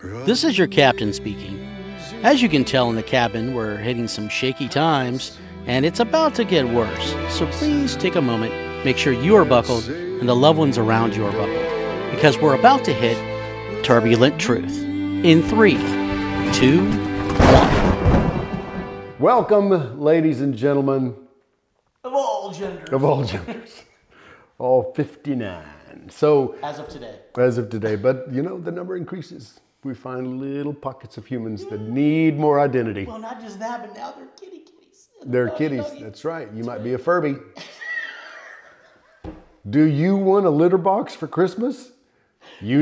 This is your captain speaking. As you can tell in the cabin, we're hitting some shaky times, and it's about to get worse. So please take a moment, make sure you are buckled, and the loved ones around you are buckled, because we're about to hit turbulent truth. In three, two, one. Welcome, ladies and gentlemen Of all genders. of all genders, all 59. So, As of today. as of today, but you know, the number increases. We find little pockets of humans that need more identity. Well, not just that, but now they're kitty kitties. They're kitties. That's right. You might be a Furby. Do you want a litter box for Christmas? You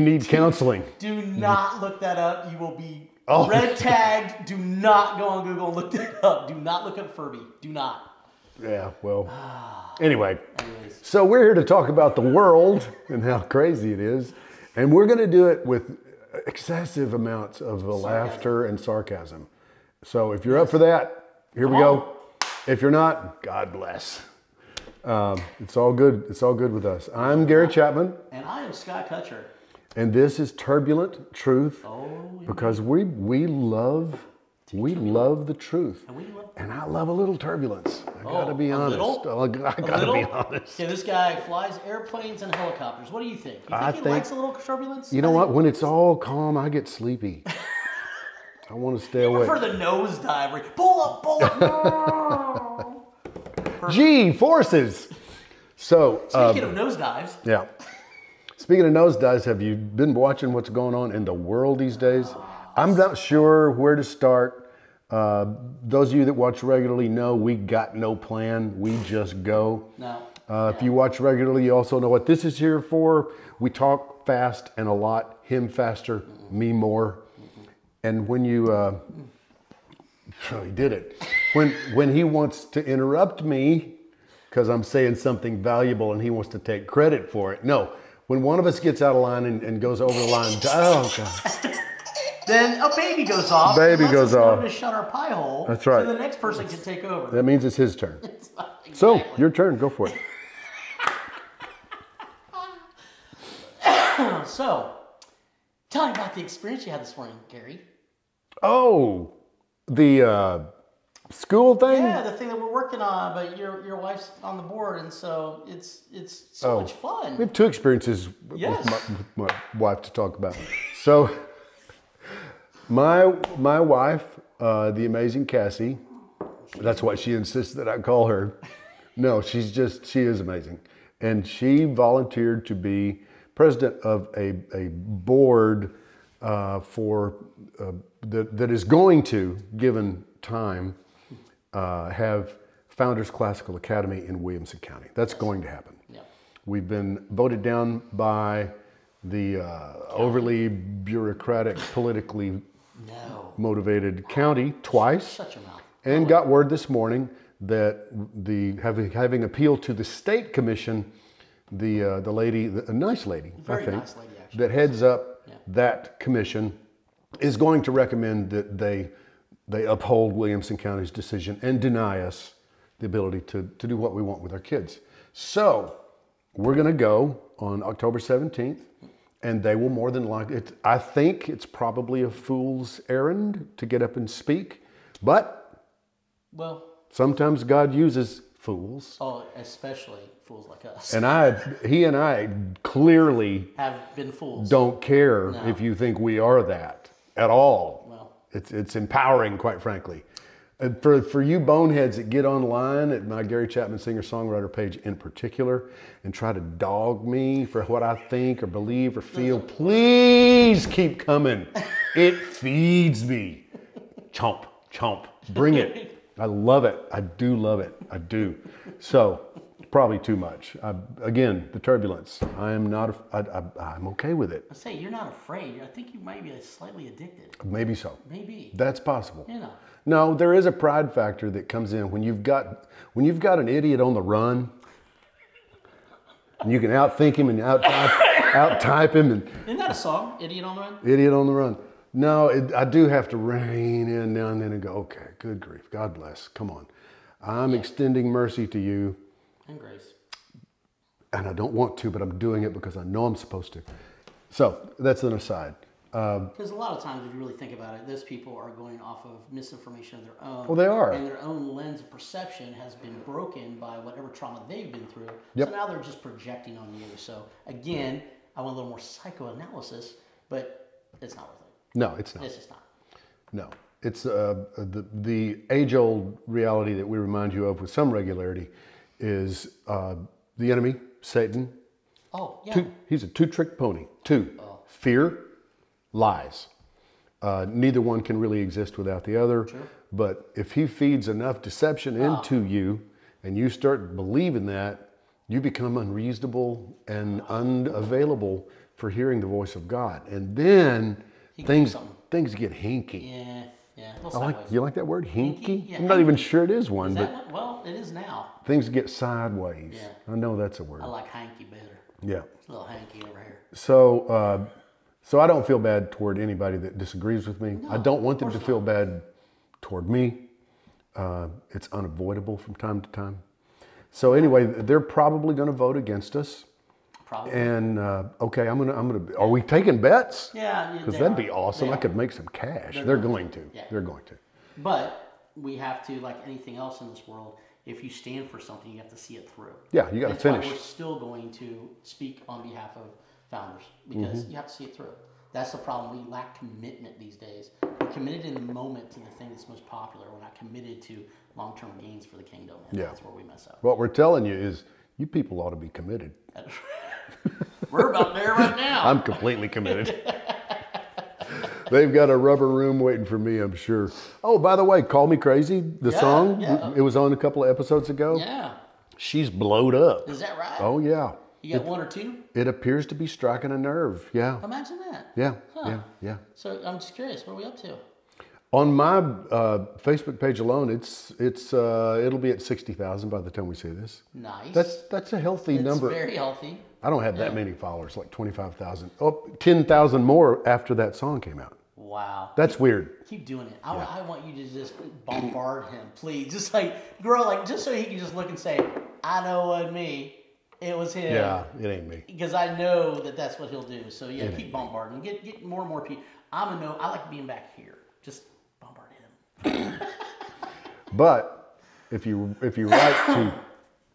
need counseling. Do not look that up. You will be Oh. red tagged. Do not go on Google and look that up. Do not look up Furby. Do not. Yeah, well. Anyway, so we're here to talk about the world and how crazy it is, and we're going to do it with excessive amounts of laughter and sarcasm. So if you're up for that, here we go. If you're not, God bless. Um, it's all good. It's all good with us. I'm Gary Chapman, And I am Scott Kutcher. and this is Turbulent Truth Oh, because we we love we love the truth, And we love- Oh, and I love a little turbulence. I gotta be a honest. Oh, little? I gotta A be little? honest. Yeah, this guy flies airplanes and helicopters. What do you think? You think I he think- likes a little turbulence? You know what? When it's all calm, I get sleepy. I want to stay away. For the nosedive, where you pull up, pull up. G forces. So, uh, Speaking of nosedives, yeah. Speaking of nosedives, have you been watching what's going on in the world these days? I'm not sure where to start. Uh, those of you that watch regularly know we got no plan. We just go. no. Uh, if you watch regularly, you also know what this is here for. We talk fast and a lot. Him faster, me more. And when you, uh, oh, he did it. When when he wants to interrupt me because I'm saying something valuable and he wants to take credit for it. No, when one of us gets out of line and, and goes over the line, oh god, Then a baby goes off. Baby and lets goes us know off. To shut our pie hole. That's right. So the next person can take over. that means it's his turn. So Exactly. your turn. Go for it. So, tell me about the experience you had this morning, Gary. Oh, the uh, school thing. Yeah, the thing that we're working on, but your your wife's on the board, and so it's it's so Oh. much fun. We have two experiences Yes. with, my, with my wife to talk about. So, my my wife, uh, the amazing Cassie, that's why she insists that I call her. No, she's just she is amazing, and she volunteered to be president of a a board uh, for uh, that that is going to, given time, uh, have Founders Classical Academy in Williamson County. That's going to happen. Yeah. We've been voted down by the uh, overly bureaucratic, politically No, motivated county twice, shut your mouth. and got word this morning that the having, having appealed to the state commission, the uh, the lady, the, a nice lady, I Very think, nice lady, actually. that heads up that commission, is going to recommend that they they uphold Williamson County's decision and deny us the ability to to do what we want with our kids. So we're going to go on October 17th, and they will more than likely, it, I think it's probably a fool's errand to get up and speak, but Well, sometimes God uses fools. oh, especially fools like us And I, he and I clearly have been fools. don't care if you think we are that at all. Well, It's, it's empowering, quite frankly. And for, for you boneheads that get online at my Gary Chapman singer songwriter page in particular and try to dog me for what I think or believe or feel, please keep coming. It feeds me. Chomp, chomp, bring it. I love it. I do love it. I do. So, probably too much. I, again, the turbulence. I am not, a, I, I, I'm okay with it. I say you're not afraid. I think you might be slightly addicted. Maybe so. Maybe That's possible. you know. No, there is a pride factor that comes in when you've got when you've got an idiot on the run. And you can outthink him and out out type him and Isn't that a song, Idiot on the Run? idiot on the run. No, it, I do have to rein in now and then and go. Okay, good grief, God bless. Come on, I'm extending mercy to you, And Grace. and I don't want to, but I'm doing it because I know I'm supposed to. So that's an aside. Because a lot of times, if you really think about it, those people are going off of misinformation of their own. Well, they are. And their own lens of perception has been broken by whatever trauma they've been through. Yep. So now they're just projecting on you. So again, I want a little more psychoanalysis, but it's not worth it. No, it's not. It's just not. No, it's uh, the the age old reality that we remind you of with some regularity is uh, the enemy, Satan. Oh, yeah. Two, he's a two trick pony. Two, Oh. fear, lies. Uh, neither one can really exist without the other. But if he feeds enough deception Ah. into you, and you start believing that, you become unreasonable and Ah. unavailable for hearing the voice of God, and then things something. things get hinky. Yeah, yeah. Well, I like sideways. you like that word hinky. Yeah, I'm not even hinky. sure it is one, Is but that what? Well, it is now. things get sideways. I know that's a word. I like hanky better. yeah. It's a little hanky over here. So, uh, so I don't feel bad toward anybody that disagrees with me. I don't want them to feel bad toward me. Uh, it's unavoidable from time to time. So anyway, they're probably going to vote against us. Probably. And uh, okay, I'm gonna, I'm gonna. Are we taking bets? yeah, yeah, Because they that'd are. be awesome. They I are. could make some cash. They're going to. Yeah. They're going to. But we have to, like anything else in this world, if you stand for something, you have to see it through. Yeah, you got to That's why finish. we're still going to speak on behalf of founders because Mm-hmm. you have to see it through. That's the problem. We lack commitment these days. We're committed in the moment to the thing that's most popular. We're not committed to long term gains for the kingdom. And Yeah. That's where we mess up. What we're telling you is, you people ought to be committed. We're about there right now. I'm completely committed. They've got a rubber room waiting for me, I'm sure. Oh, by the way, Call Me Crazy, the Yeah, song, yeah. it was on a couple of episodes ago. yeah. She's blowed up. Is that right? Oh, yeah. You got one or two? It appears to be striking a nerve. Yeah. Imagine that. Yeah. Huh. Yeah. Yeah. So I'm just curious, what are we up to? On my uh, Facebook page alone, it's it's uh, it'll be at 60,000 by the time we see this. Nice. That's that's a healthy it's number. very healthy. I don't have that many followers, like 25,000. Oh, 10,000 more after that song came out. Wow. That's weird. Keep doing it. I, I want you to just bombard him, please. Just like, girl, like, just so he can just look and say, I know it wasn't me. It was him. Yeah, it ain't me. Because I know that that's what he'll do. So, yeah, keep bombarding. Get get more and more people. I'm a no. I like being back here. Just bombard him. But if you if you write to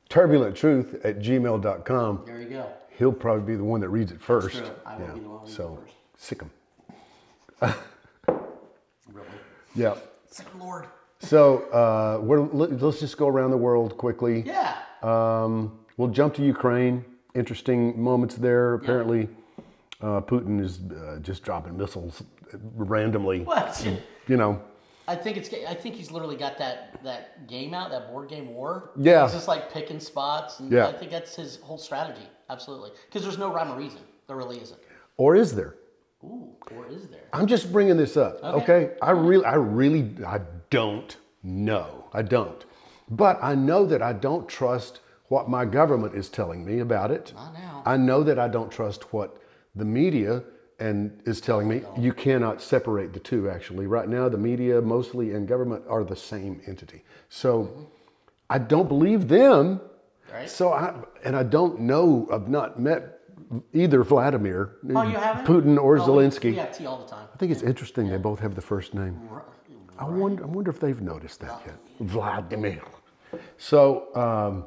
turbulenttruth at gmail.com, There you go. he'll probably be the one that reads it first. true. I will be the one who reads it so first. sick him. Really. Yeah. Second Lord. So uh, we're, let- let's just go around the world quickly. Yeah. Um, we'll jump to Ukraine. Interesting moments there. Apparently, uh, Putin is uh, just dropping missiles randomly. What? You know, I think it's. I think he's literally got that that game out, that board game war. Yeah. He's just like picking spots, and Yeah. I think that's his whole strategy. Absolutely, because there's no rhyme or reason. There really isn't. or is there? Ooh, or is there? I'm just bringing this up, okay? Okay. I really, I really, I don't know. I don't. But I know that I don't trust what my government is telling me about it. Not now. I know that I don't trust what the media and is telling me. You cannot separate the two. Actually, right now, the media mostly and government are the same entity. So Mm-hmm. I don't believe them. Right. So I and I don't know. I've not met either Vladimir, Oh, you haven't? Putin, or Oh, we- Zelensky. We have tea all the time. I think it's interesting they both have the first name. I wonder, I wonder if they've noticed that yet. Vladimir. So um,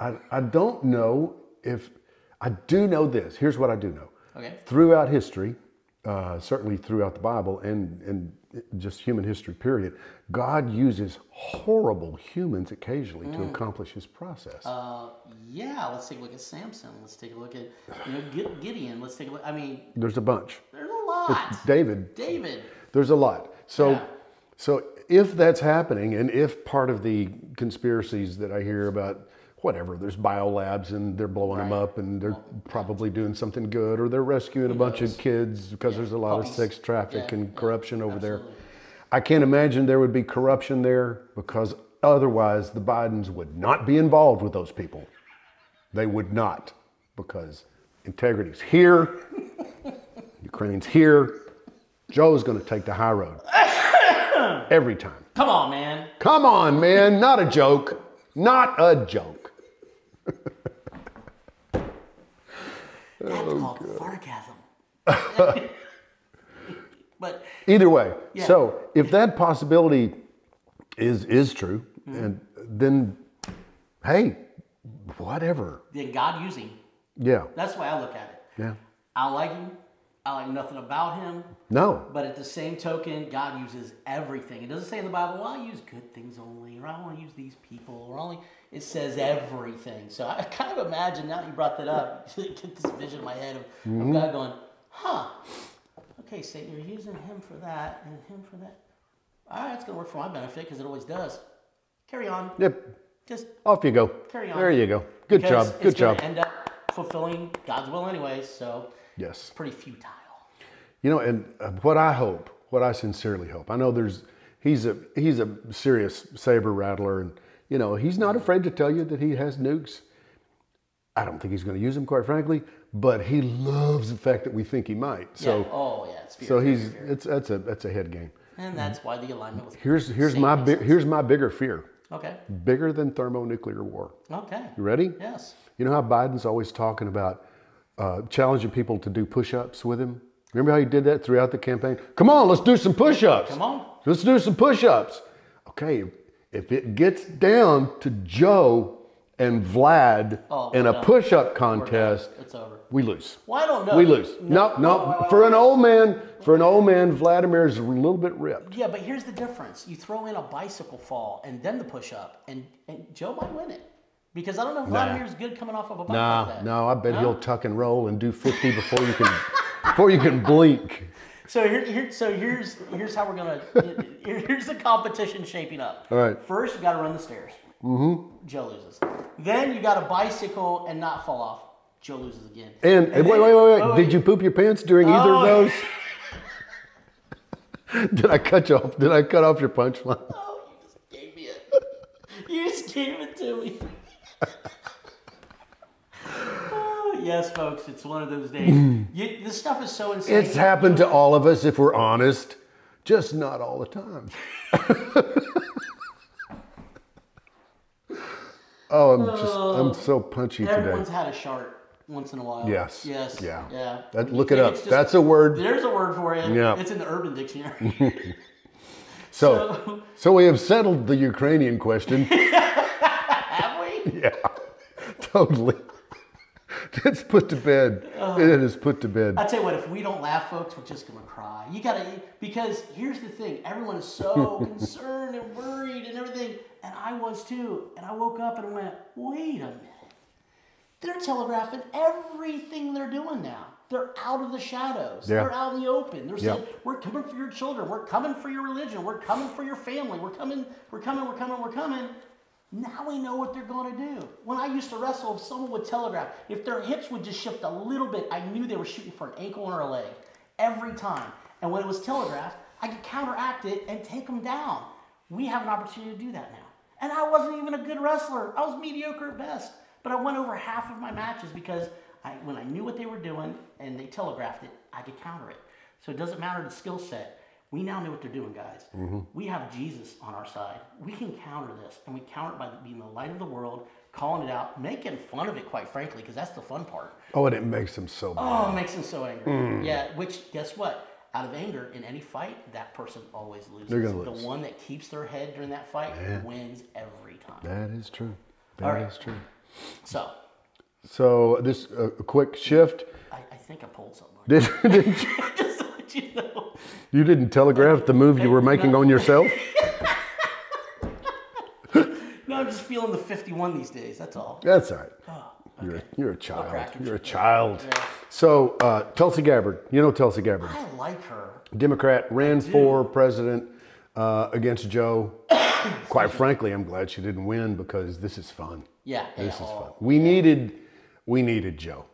I, I don't know if, I do know this. Here's what I do know. Okay. Throughout history, uh, certainly throughout the Bible and, and just human history, period, God uses horrible humans occasionally to accomplish his process. Mm. Uh, yeah. Let's take a look at Samson. Let's take a look at you know Gid- Gideon. Let's take a look. I mean, There's a bunch. there's a lot. David David. There's a lot. So, Yeah. so if that's happening, and if part of the conspiracies that I hear about whatever, there's biolabs and they're blowing them up, and they're probably doing something good, or they're rescuing a bunch of kids because there's a lot of Puppies. sex traffic Yeah, and yeah, corruption over there. absolutely. I can't imagine there would be corruption there because otherwise the Bidens would not be involved with those people. They would not because integrity's here, Ukraine's here. Joe's going to take the high road every time. Come on, man. Come on, man. Not a joke. Not a joke. That's called sarcasm. But Either way, Yeah. so if that possibility is is true, Mm-hmm. and then hey, whatever. then God using. Yeah, That's the way I look at it. yeah. I like him. I like nothing about him. No, But at the same token, God uses everything. It doesn't say in the Bible, well, I use good things only, or I want to use these people, or only. It says everything. So I kind of imagine now that you brought that up, I get this vision in my head of, Mm-hmm. of God going, huh, okay, Satan, you're using him for that and him for that. All right, it's going to work for my benefit because it always does. Carry on. yep. Just Off you go. Carry on. There you go. Good because job. Good it's gonna job. end up fulfilling God's will anyway, so Yes. it's pretty futile. You know, and uh, what I hope, what I sincerely hope, I know there's he's a he's a serious saber rattler, and you know he's not afraid to tell you that he has nukes. I don't think he's going to use them, quite frankly, but he loves the fact that we think he might. So, yeah. Oh, yeah. It's fear, so fear, he's fear. it's that's a that's a head game. And that's why the alignment with Here's here's Satan my makes big sense. here's my bigger fear, Okay. bigger than thermonuclear war. Okay. You ready? Yes. You know how Biden's always talking about uh, challenging people to do push ups with him? Remember how he did that throughout the campaign? Come on, let's do some push ups. Come on. Let's do some push ups. Okay, if it gets down to Joe and Vlad Oh, in we're a done. push up We're done. contest, It's over. we lose. Well, I don't know. We lose. No, no. for an old man, for an old man, Vladimir's a little bit ripped. Yeah, but here's the difference. You throw in a bicycle fall and then the push up, and, and Joe might win it. Because I don't know if Vladimir's good coming off of a bike like Nah, that. no, I bet he'll tuck and roll and do 50 before you can before you can blink. So here, here, so here's here's how we're gonna here- here's the competition shaping up. All right. First, you got to run the stairs. Mm-hmm. Joe loses. Then you got to bicycle and not fall off. Joe loses again. And, and wait, then- wait, wait, oh, wait. Did you poop your pants during either of Oh. those? Did I cut you off? Did I cut off your punchline? Oh, you just gave me it. You just gave it to me. oh, yes, folks, it's one of those days. You, this stuff is so insane. It's happened to all of us if we're honest, just not all the time. oh, I'm just I'm so punchy today. Everyone's had a shart once in a while. Yes. Yes. Yeah. Yeah. That- You look it think up. it's just- That's a word. There's a word for it. Yeah. It's in the Urban Dictionary. So, so we have settled the Ukrainian question. Have we? yeah, totally. That's put to bed. It is put to bed. I tell you what, if we don't laugh, folks, we're just gonna cry. You gotta because here's the thing: everyone is so concerned and worried and everything, and I was too. And I woke up and went, "Wait a minute! They're telegraphing everything they're doing now. They're out of the shadows. Yeah. They're out in the open. They're Yeah. saying, "We're coming for your children. We're coming for your religion. We're coming for your family. We're coming. We're coming. We're coming. We're coming." Now we know what they're going to do. When I used to wrestle, if someone would telegraph, if their hips would just shift a little bit, I knew they were shooting for an ankle or a leg every time. And when it was telegraphed, I could counteract it and take them down. We have an opportunity to do that now. And I wasn't even a good wrestler. I was mediocre at best. But I won over half of my matches because I, when I knew what they were doing and they telegraphed it, I could counter it. So it doesn't matter the skill set. We now know what they're doing, guys. Mm-hmm. We have Jesus on our side. We can counter this, and we counter it by being the light of the world, calling it out, making fun of it, quite frankly, because that's the fun part. Oh, and it makes them so bad. Oh, it makes them so angry. Mm. Yeah, which, guess what? Out of anger in any fight, that person always loses. They're gonna the lose. one that keeps their head during that fight wins every time. That is true. That is All right. true. So, So this uh, a quick shift. I, I think I pulled something. Did, did- Just to let you know. you didn't telegraph the move you were making on yourself? No, I'm just feeling the 51 these days, that's all. That's all right. Oh, You're a, you're a child. cracking You're a shit. child. So uh, Tulsi Gabbard, you know Tulsi Gabbard, I like her. Democrat, ran for president uh, against Joe. Quite frankly, I'm glad she didn't win because this is fun. Yeah, yeah, This is oh. fun. We needed, we needed Joe.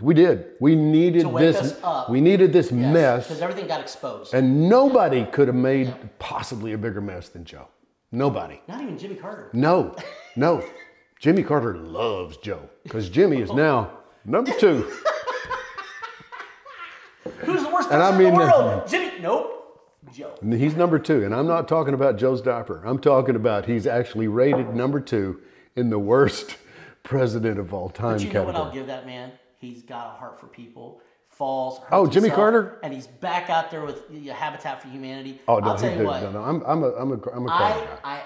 We did. We needed To wake this. us up. We needed this Because mess, everything got exposed. and nobody could have made possibly a bigger mess than Joe. Nobody. Not even Jimmy Carter. No, no. Jimmy Carter loves Joe because Jimmy is now number two. Who's the worst And person I in the mean- uh, world? Jimmy. Nope. Joe. And He's number two, and I'm not talking about Joe's diaper. I'm talking about he's actually rated number two in the worst president of all time But you know what I'll category. give that man? He's got a heart for people. falls. hurts Oh, Jimmy himself, Carter? and he's back out there with you know, Habitat for Humanity. Oh no, I'll he tell you did. what, No, no, I'm, I'm a, I'm a, I'm a Carter I guy.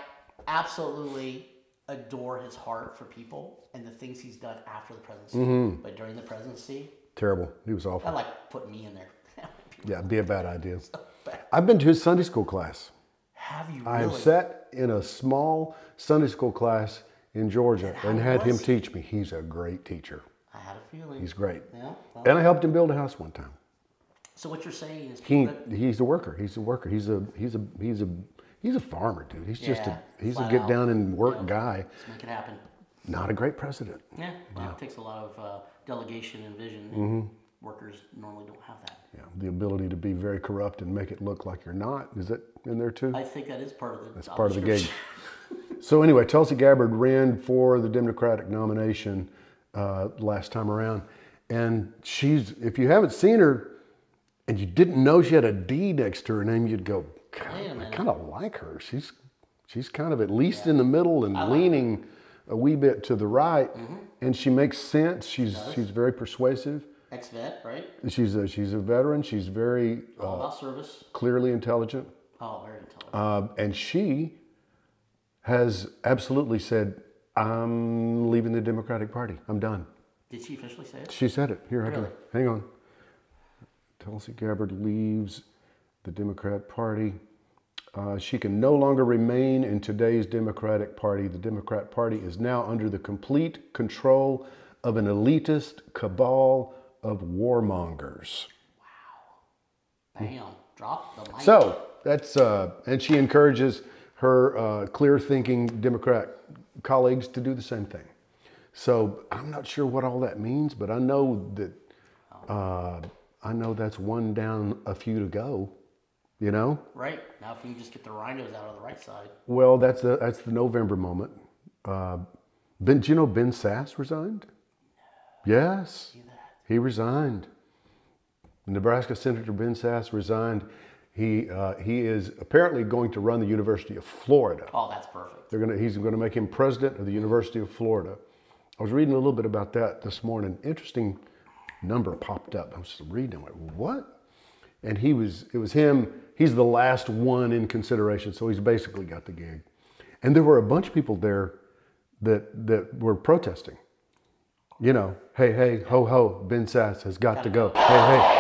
I absolutely adore his heart for people and the things he's done after the presidency, Mm-hmm. but during the presidency, Terrible. He was awful. I like putting me in there. Yeah, it'd be a bad idea. I've been to his Sunday school class. Have you? I have really? sat in a small Sunday school class in Georgia how and had him was he? teach me. He's a great teacher. I had a feeling. He's great. Yeah. well, And I helped him build a house one time. so what you're saying is He people that- he's a worker. He's a worker. He's a he's a he's a he's a farmer, dude. He's just a Yeah, he's a flat get out. down and work guy. let's make it happen. Not a great president. Yeah. It takes a lot of uh, delegation and vision. and Mm-hmm. Workers normally don't have that. Yeah, the ability to be very corrupt and make it look like you're not. Is that in there too? I think that is part of the. That's part of the gig. so anyway, Tulsi Gabbard ran for the Democratic nomination uh, last time around, and she's—if you haven't seen her, and you didn't know she had a D next to her name, you'd go, God, a I minute." kind of like her. She's she's kind of at least in the middle and leaning a wee bit to the right, Mm-hmm. and she makes sense. She's she's very persuasive. Ex vet, right? She's a, she's a veteran. She's very uh, All about service. clearly intelligent. Oh, very intelligent. Uh, and she has absolutely said, I'm leaving the Democratic Party. I'm done. Did she officially say it? She said it. Here, I can, Really? hang on. Tulsi Gabbard leaves the Democrat Party. Uh, she can no longer remain in today's Democratic Party. The Democrat Party is now under the complete control of an elitist cabal of warmongers. Mm-hmm. Bam. Drop the mic. So that's uh, and she encourages her uh, clear-thinking Democrat colleagues to do the same thing. So I'm not sure what all that means, but I know that uh, I know that's one down, a few to go. You know, Right. Now, if we can just get the rhinos out on the right side. well that's the that's the November moment. Uh, ben, do you know Ben Sass resigned? Yes, he resigned. Nebraska Senator Ben Sass resigned. He, uh, he is apparently going to run the University of Florida. Oh, that's perfect. They're gonna, he's going to make him president of the University of Florida. I was reading a little bit about that this morning. Interesting number popped up. I was just reading. I went, what? And he was, it was him. He's the last one in consideration, so he's basically got the gig. And there were a bunch of people there that that were protesting. You know, hey, hey, ho, ho, Ben Sass has got to go. Hey, hey.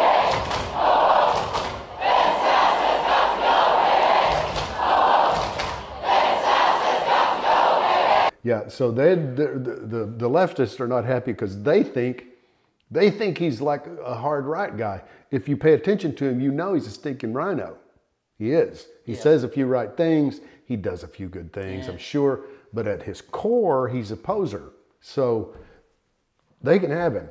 Yeah, so they the, the- the the leftists are not happy because they think they think he's like a hard right guy. If you pay attention to him, you know he's a stinking rhino. He is. He says a few right things. He does a few good things, I'm sure. But at his core, he's a poser. So they can have him.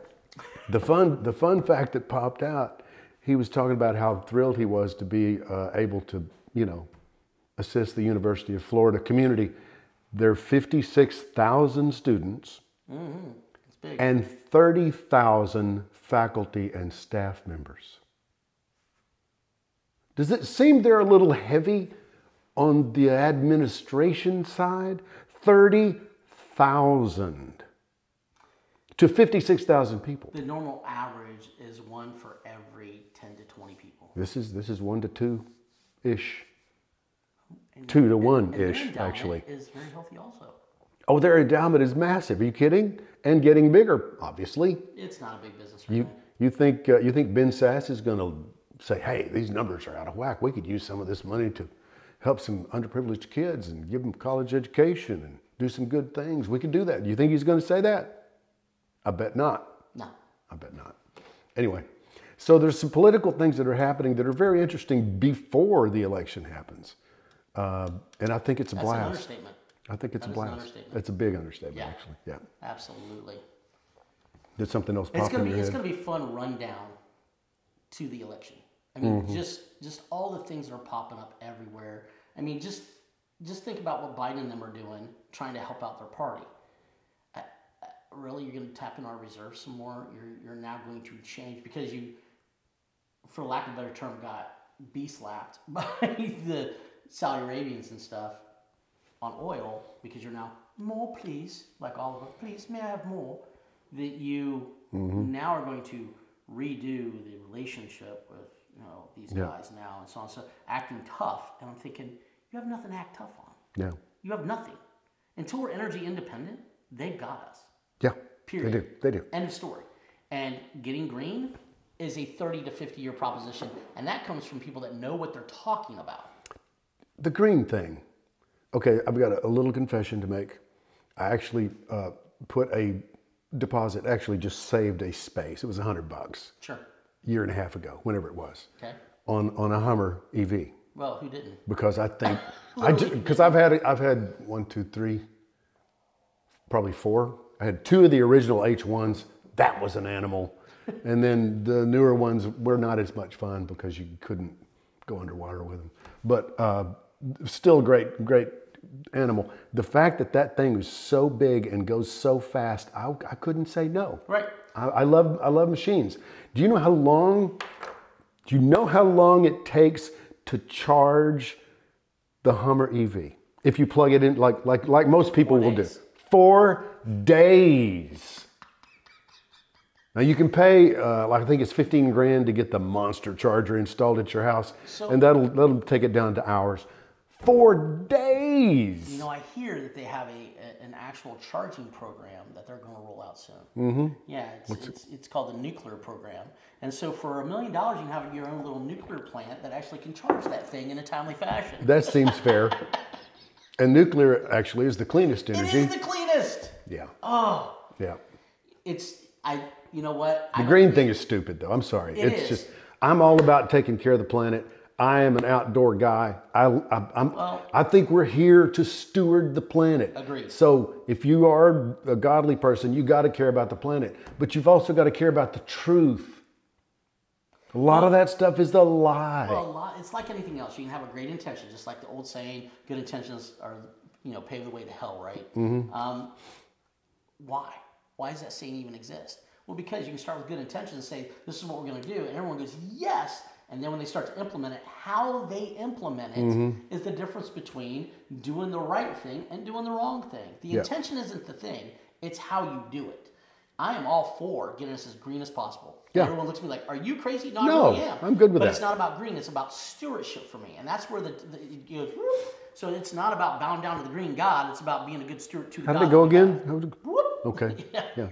The fun, the fun fact that popped out, he was talking about how thrilled he was to be uh, able to, you know, assist the University of Florida community. There are 56,000 students Mm-hmm. It's big. and 30,000 faculty and staff members. Does it seem they're a little heavy on the administration side? 30,000 to 56,000 people. the normal average is one for every 10 to 20 people. This is this is 1 to 2 ish. 2 to 1 And their ish endowment actually. Is very healthy also. Oh, their endowment is massive. Are you kidding? And getting bigger, obviously. It's not a big business. Right You now. you think uh, you think Ben Sass is going to say, "Hey, these numbers are out of whack. We could use some of this money to help some underprivileged kids and give them college education and do some good things. We could do that." Do you think he's going to say that? I bet not. No. I bet not. Anyway, so there's some political things that are happening that are very interesting before the election happens, uh, and I think it's a That's an blast. understatement. I think it's a That is an blast. understatement. It's a big understatement, Yeah. actually. Yeah. Absolutely. Did something else It's pop gonna in be your it's head? gonna be fun rundown to the election. I mean, Mm-hmm. just just all the things that are popping up everywhere. I mean, just just think about what Biden and them are doing, trying to help out their party. Uh, uh, Really, you're going to tap in our reserves some more. You're you're now going to change because you, for lack of a better term, got be slapped by the Saudi Arabians and stuff on oil because you're now more please like all of us please may i have more that you now are going to redo the relationship with you know these Yeah. guys now and so on. So acting tough, and I'm thinking you have nothing to act tough on. Yeah. You have nothing until we're energy independent. They've got us. Yeah. Period. They do. They do. End of story. And getting green is a 30 to 50 year proposition, and that comes from people that know what they're talking about. The green thing. Okay, I've got a, a little confession to make. I actually uh, put a deposit, actually just saved a space. It was a 100 bucks Sure. a year and a half ago, whenever it was, Okay. on, on a Hummer E EV. Well, who didn't? because I think I because I've had I've had one, two, three, probably four. I had two of the original H ones. That was an animal, and then the newer ones were not as much fun because you couldn't go underwater with them. But uh, still, great, great animal. The fact that that thing was so big and goes so fast, I, I couldn't say no. Right. I, I love I love machines. Do you know how long? Do you know how long it takes to charge the Hummer EV if you plug it in like like like most people will days. do? Four days. Now you can pay, uh, like I think it's fifteen grand to get the monster charger installed at your house, and that'll that'll take it down to hours. Four days. You know, I hear that they have a, a- an actual charging program that they're going to roll out soon. Mm-hmm. Yeah, it's, it's, it's called the nuclear program. And so for a million dollars, you can have your own little nuclear plant that actually can charge that thing in a timely fashion. That seems fair. and nuclear actually is the cleanest It energy. is the cleanest. yeah. Oh, Yeah. it's I. You know what? I The don't- green thing is stupid, though. I'm sorry. It it's is. just, I'm all about taking care of the planet. I am an outdoor guy. I, I, I'm, I think we're here to steward the planet. Agreed. So if you are a godly person, you got to care about the planet, but you've also got to care about the truth. A lot of that stuff is the lie. Well, a lot. It's like anything else. You can have a great intention, just like the old saying, "Good intentions are, you know, pave the way to hell." Right? Um, why? Why does that saying even exist? Well, because you can start with good intentions and say, "This is what we're going to do," and everyone goes, "Yes." And then when they start to implement it, how they implement it is the difference between doing the right thing and doing the wrong thing. The intention isn't the thing; it's how you do it. I am all for getting us as green as possible. Yeah. Everyone looks at me like, "Are you crazy?" No, I No, really am. I'm good with but that. it's not about green. It's about stewardship for me, and that's where the, the it goes. whoop. So it's not about bowing down to the green god. It's about being a good steward to. the How did god it go that we have. again? How did it- Whoop. Okay. yeah.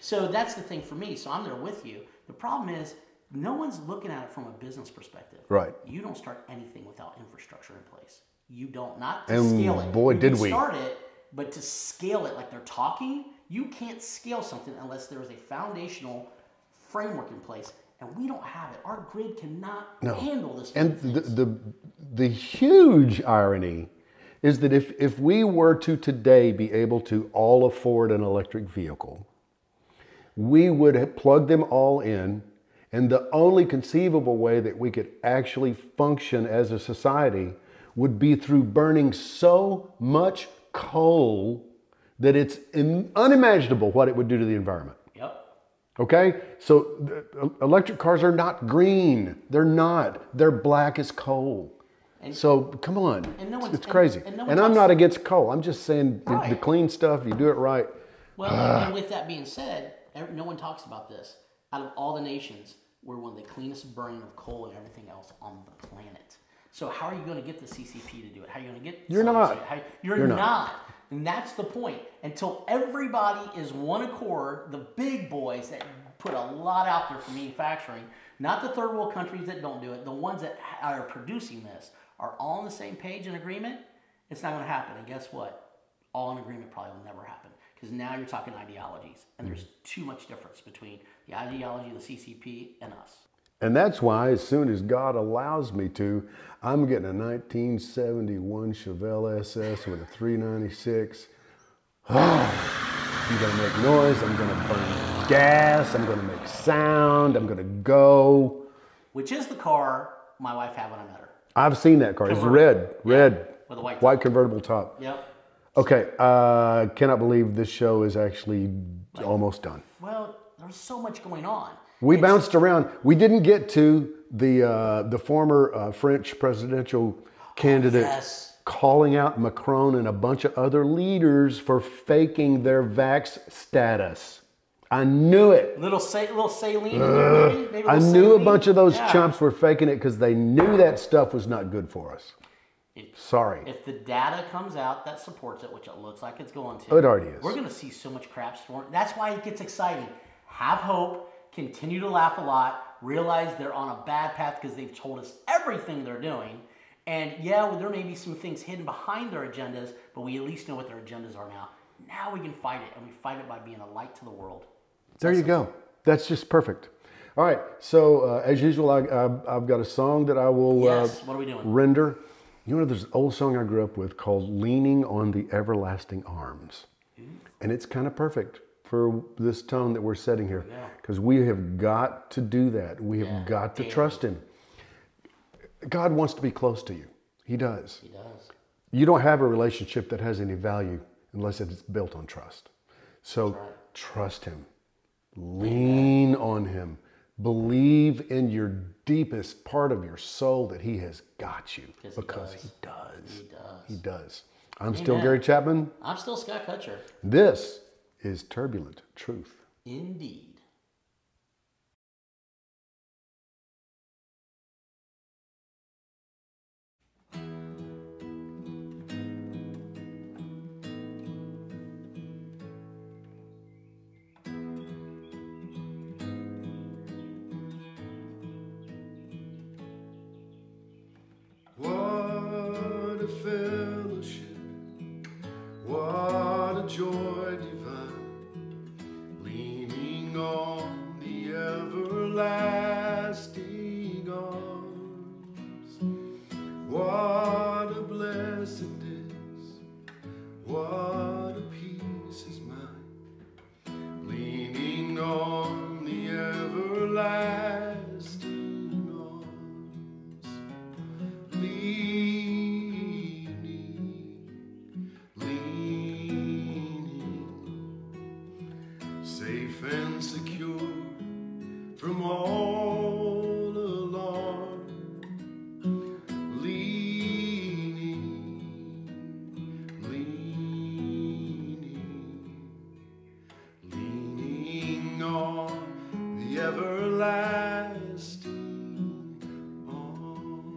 So that's the thing for me. So I'm there with you. The problem is, no one's looking at it from a business perspective. Right. You don't start anything without infrastructure in place. You don't not to And scale it. boy, You did can we. start it, but to scale it like they're talking, you can't scale something unless there is a foundational framework in place, and we don't have it. Our grid cannot handle this. And the, the, the huge irony is that if, if we were to today be able to all afford an electric vehicle, we would have plugged them all in, and the only conceivable way that we could actually function as a society would be through burning so much coal that it's im- unimaginable what it would do to the environment. yep. Okay? So th- e- electric cars are not green. They're not. They're black as coal. so come on. and no It's- one's- it's and- crazy. and And, no one I'm talks- not against coal. I'm just saying the, the Right. clean stuff, you do it right. Well, Ah. and with that being said, ev- no one talks about this. Out of all the nations, we're one of the cleanest burning of coal and everything else on the planet. So how are you going to get the CCP to do it? How are you going to get? You're Saudis to not. do it? How- you're, You're not. not. And that's the point. Until everybody is one accord, the big boys that put a lot out there for manufacturing, not the third world countries that don't do it, the ones that ha- are producing this, are all on the same page in agreement. It's not going to happen. And guess what? all in agreement probably will never happen because now you're talking ideologies and there's too much difference between the ideology of the CCP and us. And that's why, as soon as God allows me to, I'm getting a 1971 Chevelle SS with a 396. I'm gonna make noise. I'm gonna burn gas. I'm gonna make sound. I'm gonna go. Which is the car my wife had when I met her. I've seen that car. It's Convertible. red, red, With a white top. white convertible top. Yep. Okay, uh, cannot believe this show is actually almost done. Well, there's so much going on. We bounced around. We didn't get to the uh, the former uh, French presidential candidate yes. calling out Macron and a bunch of other leaders for faking their vax status. I knew it. Little sa- little saline. in there, maybe? Maybe I little knew a saline? bunch of those Yeah. chumps were faking it because they knew that stuff was not good for us. If, Sorry. if the data comes out that supports it, which it looks like it's going Oh, to, It already is. We're going to see so much crap storm. That's why it gets exciting. Have hope. Continue to laugh a lot. Realize they're on a bad path because they've told us everything they're doing. And yeah, well, there may be some things hidden behind their agendas, but we at least know what their agendas are now. Now we can fight it, and we fight it by being a light to the world. There you go. That's just perfect. All right. So uh, as usual, I, I, I've got a song that I will Yes. uh, what are we doing? render. You know, there's an old song I grew up with called "Leaning on the Everlasting Arms," Mm-hmm. and it's kind of perfect for this tone that we're setting here because we have got to do that. We have got to trust Him. God wants to be close to you. He does. He does. You don't have a relationship that has any value unless it's built on trust. So trust Him, lean on Him, believe in your deepest part of your soul that He has got you Yes, he because He He does. does. He does. I'm still Gary Chapman. I'm still Scott Kutcher. This is Turbulent Truth. Indeed. What a fellowship, what a joy divine, leaning on the everlasting arms. What a blessedness, what a peace is mine, leaning on the everlasting arms leaning, leaning, safe and secure from all alarm. Leaning, leaning, leaning on the everlasting arm.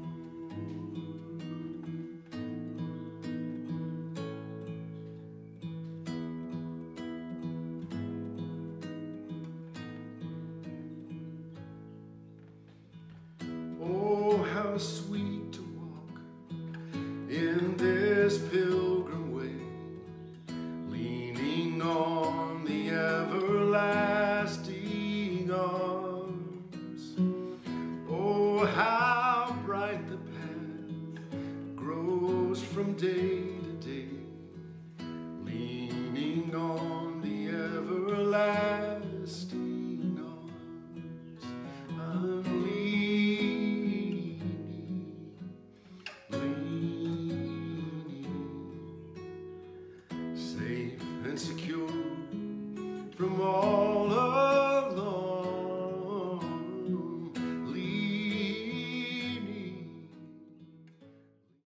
Oh, how sweet to walk in this pilgrim way, leaning on the everlasting arms. Oh, how bright the path grows from day to day, leaning on the everlasting arms. I'm leaning, leaning, safe and secure from all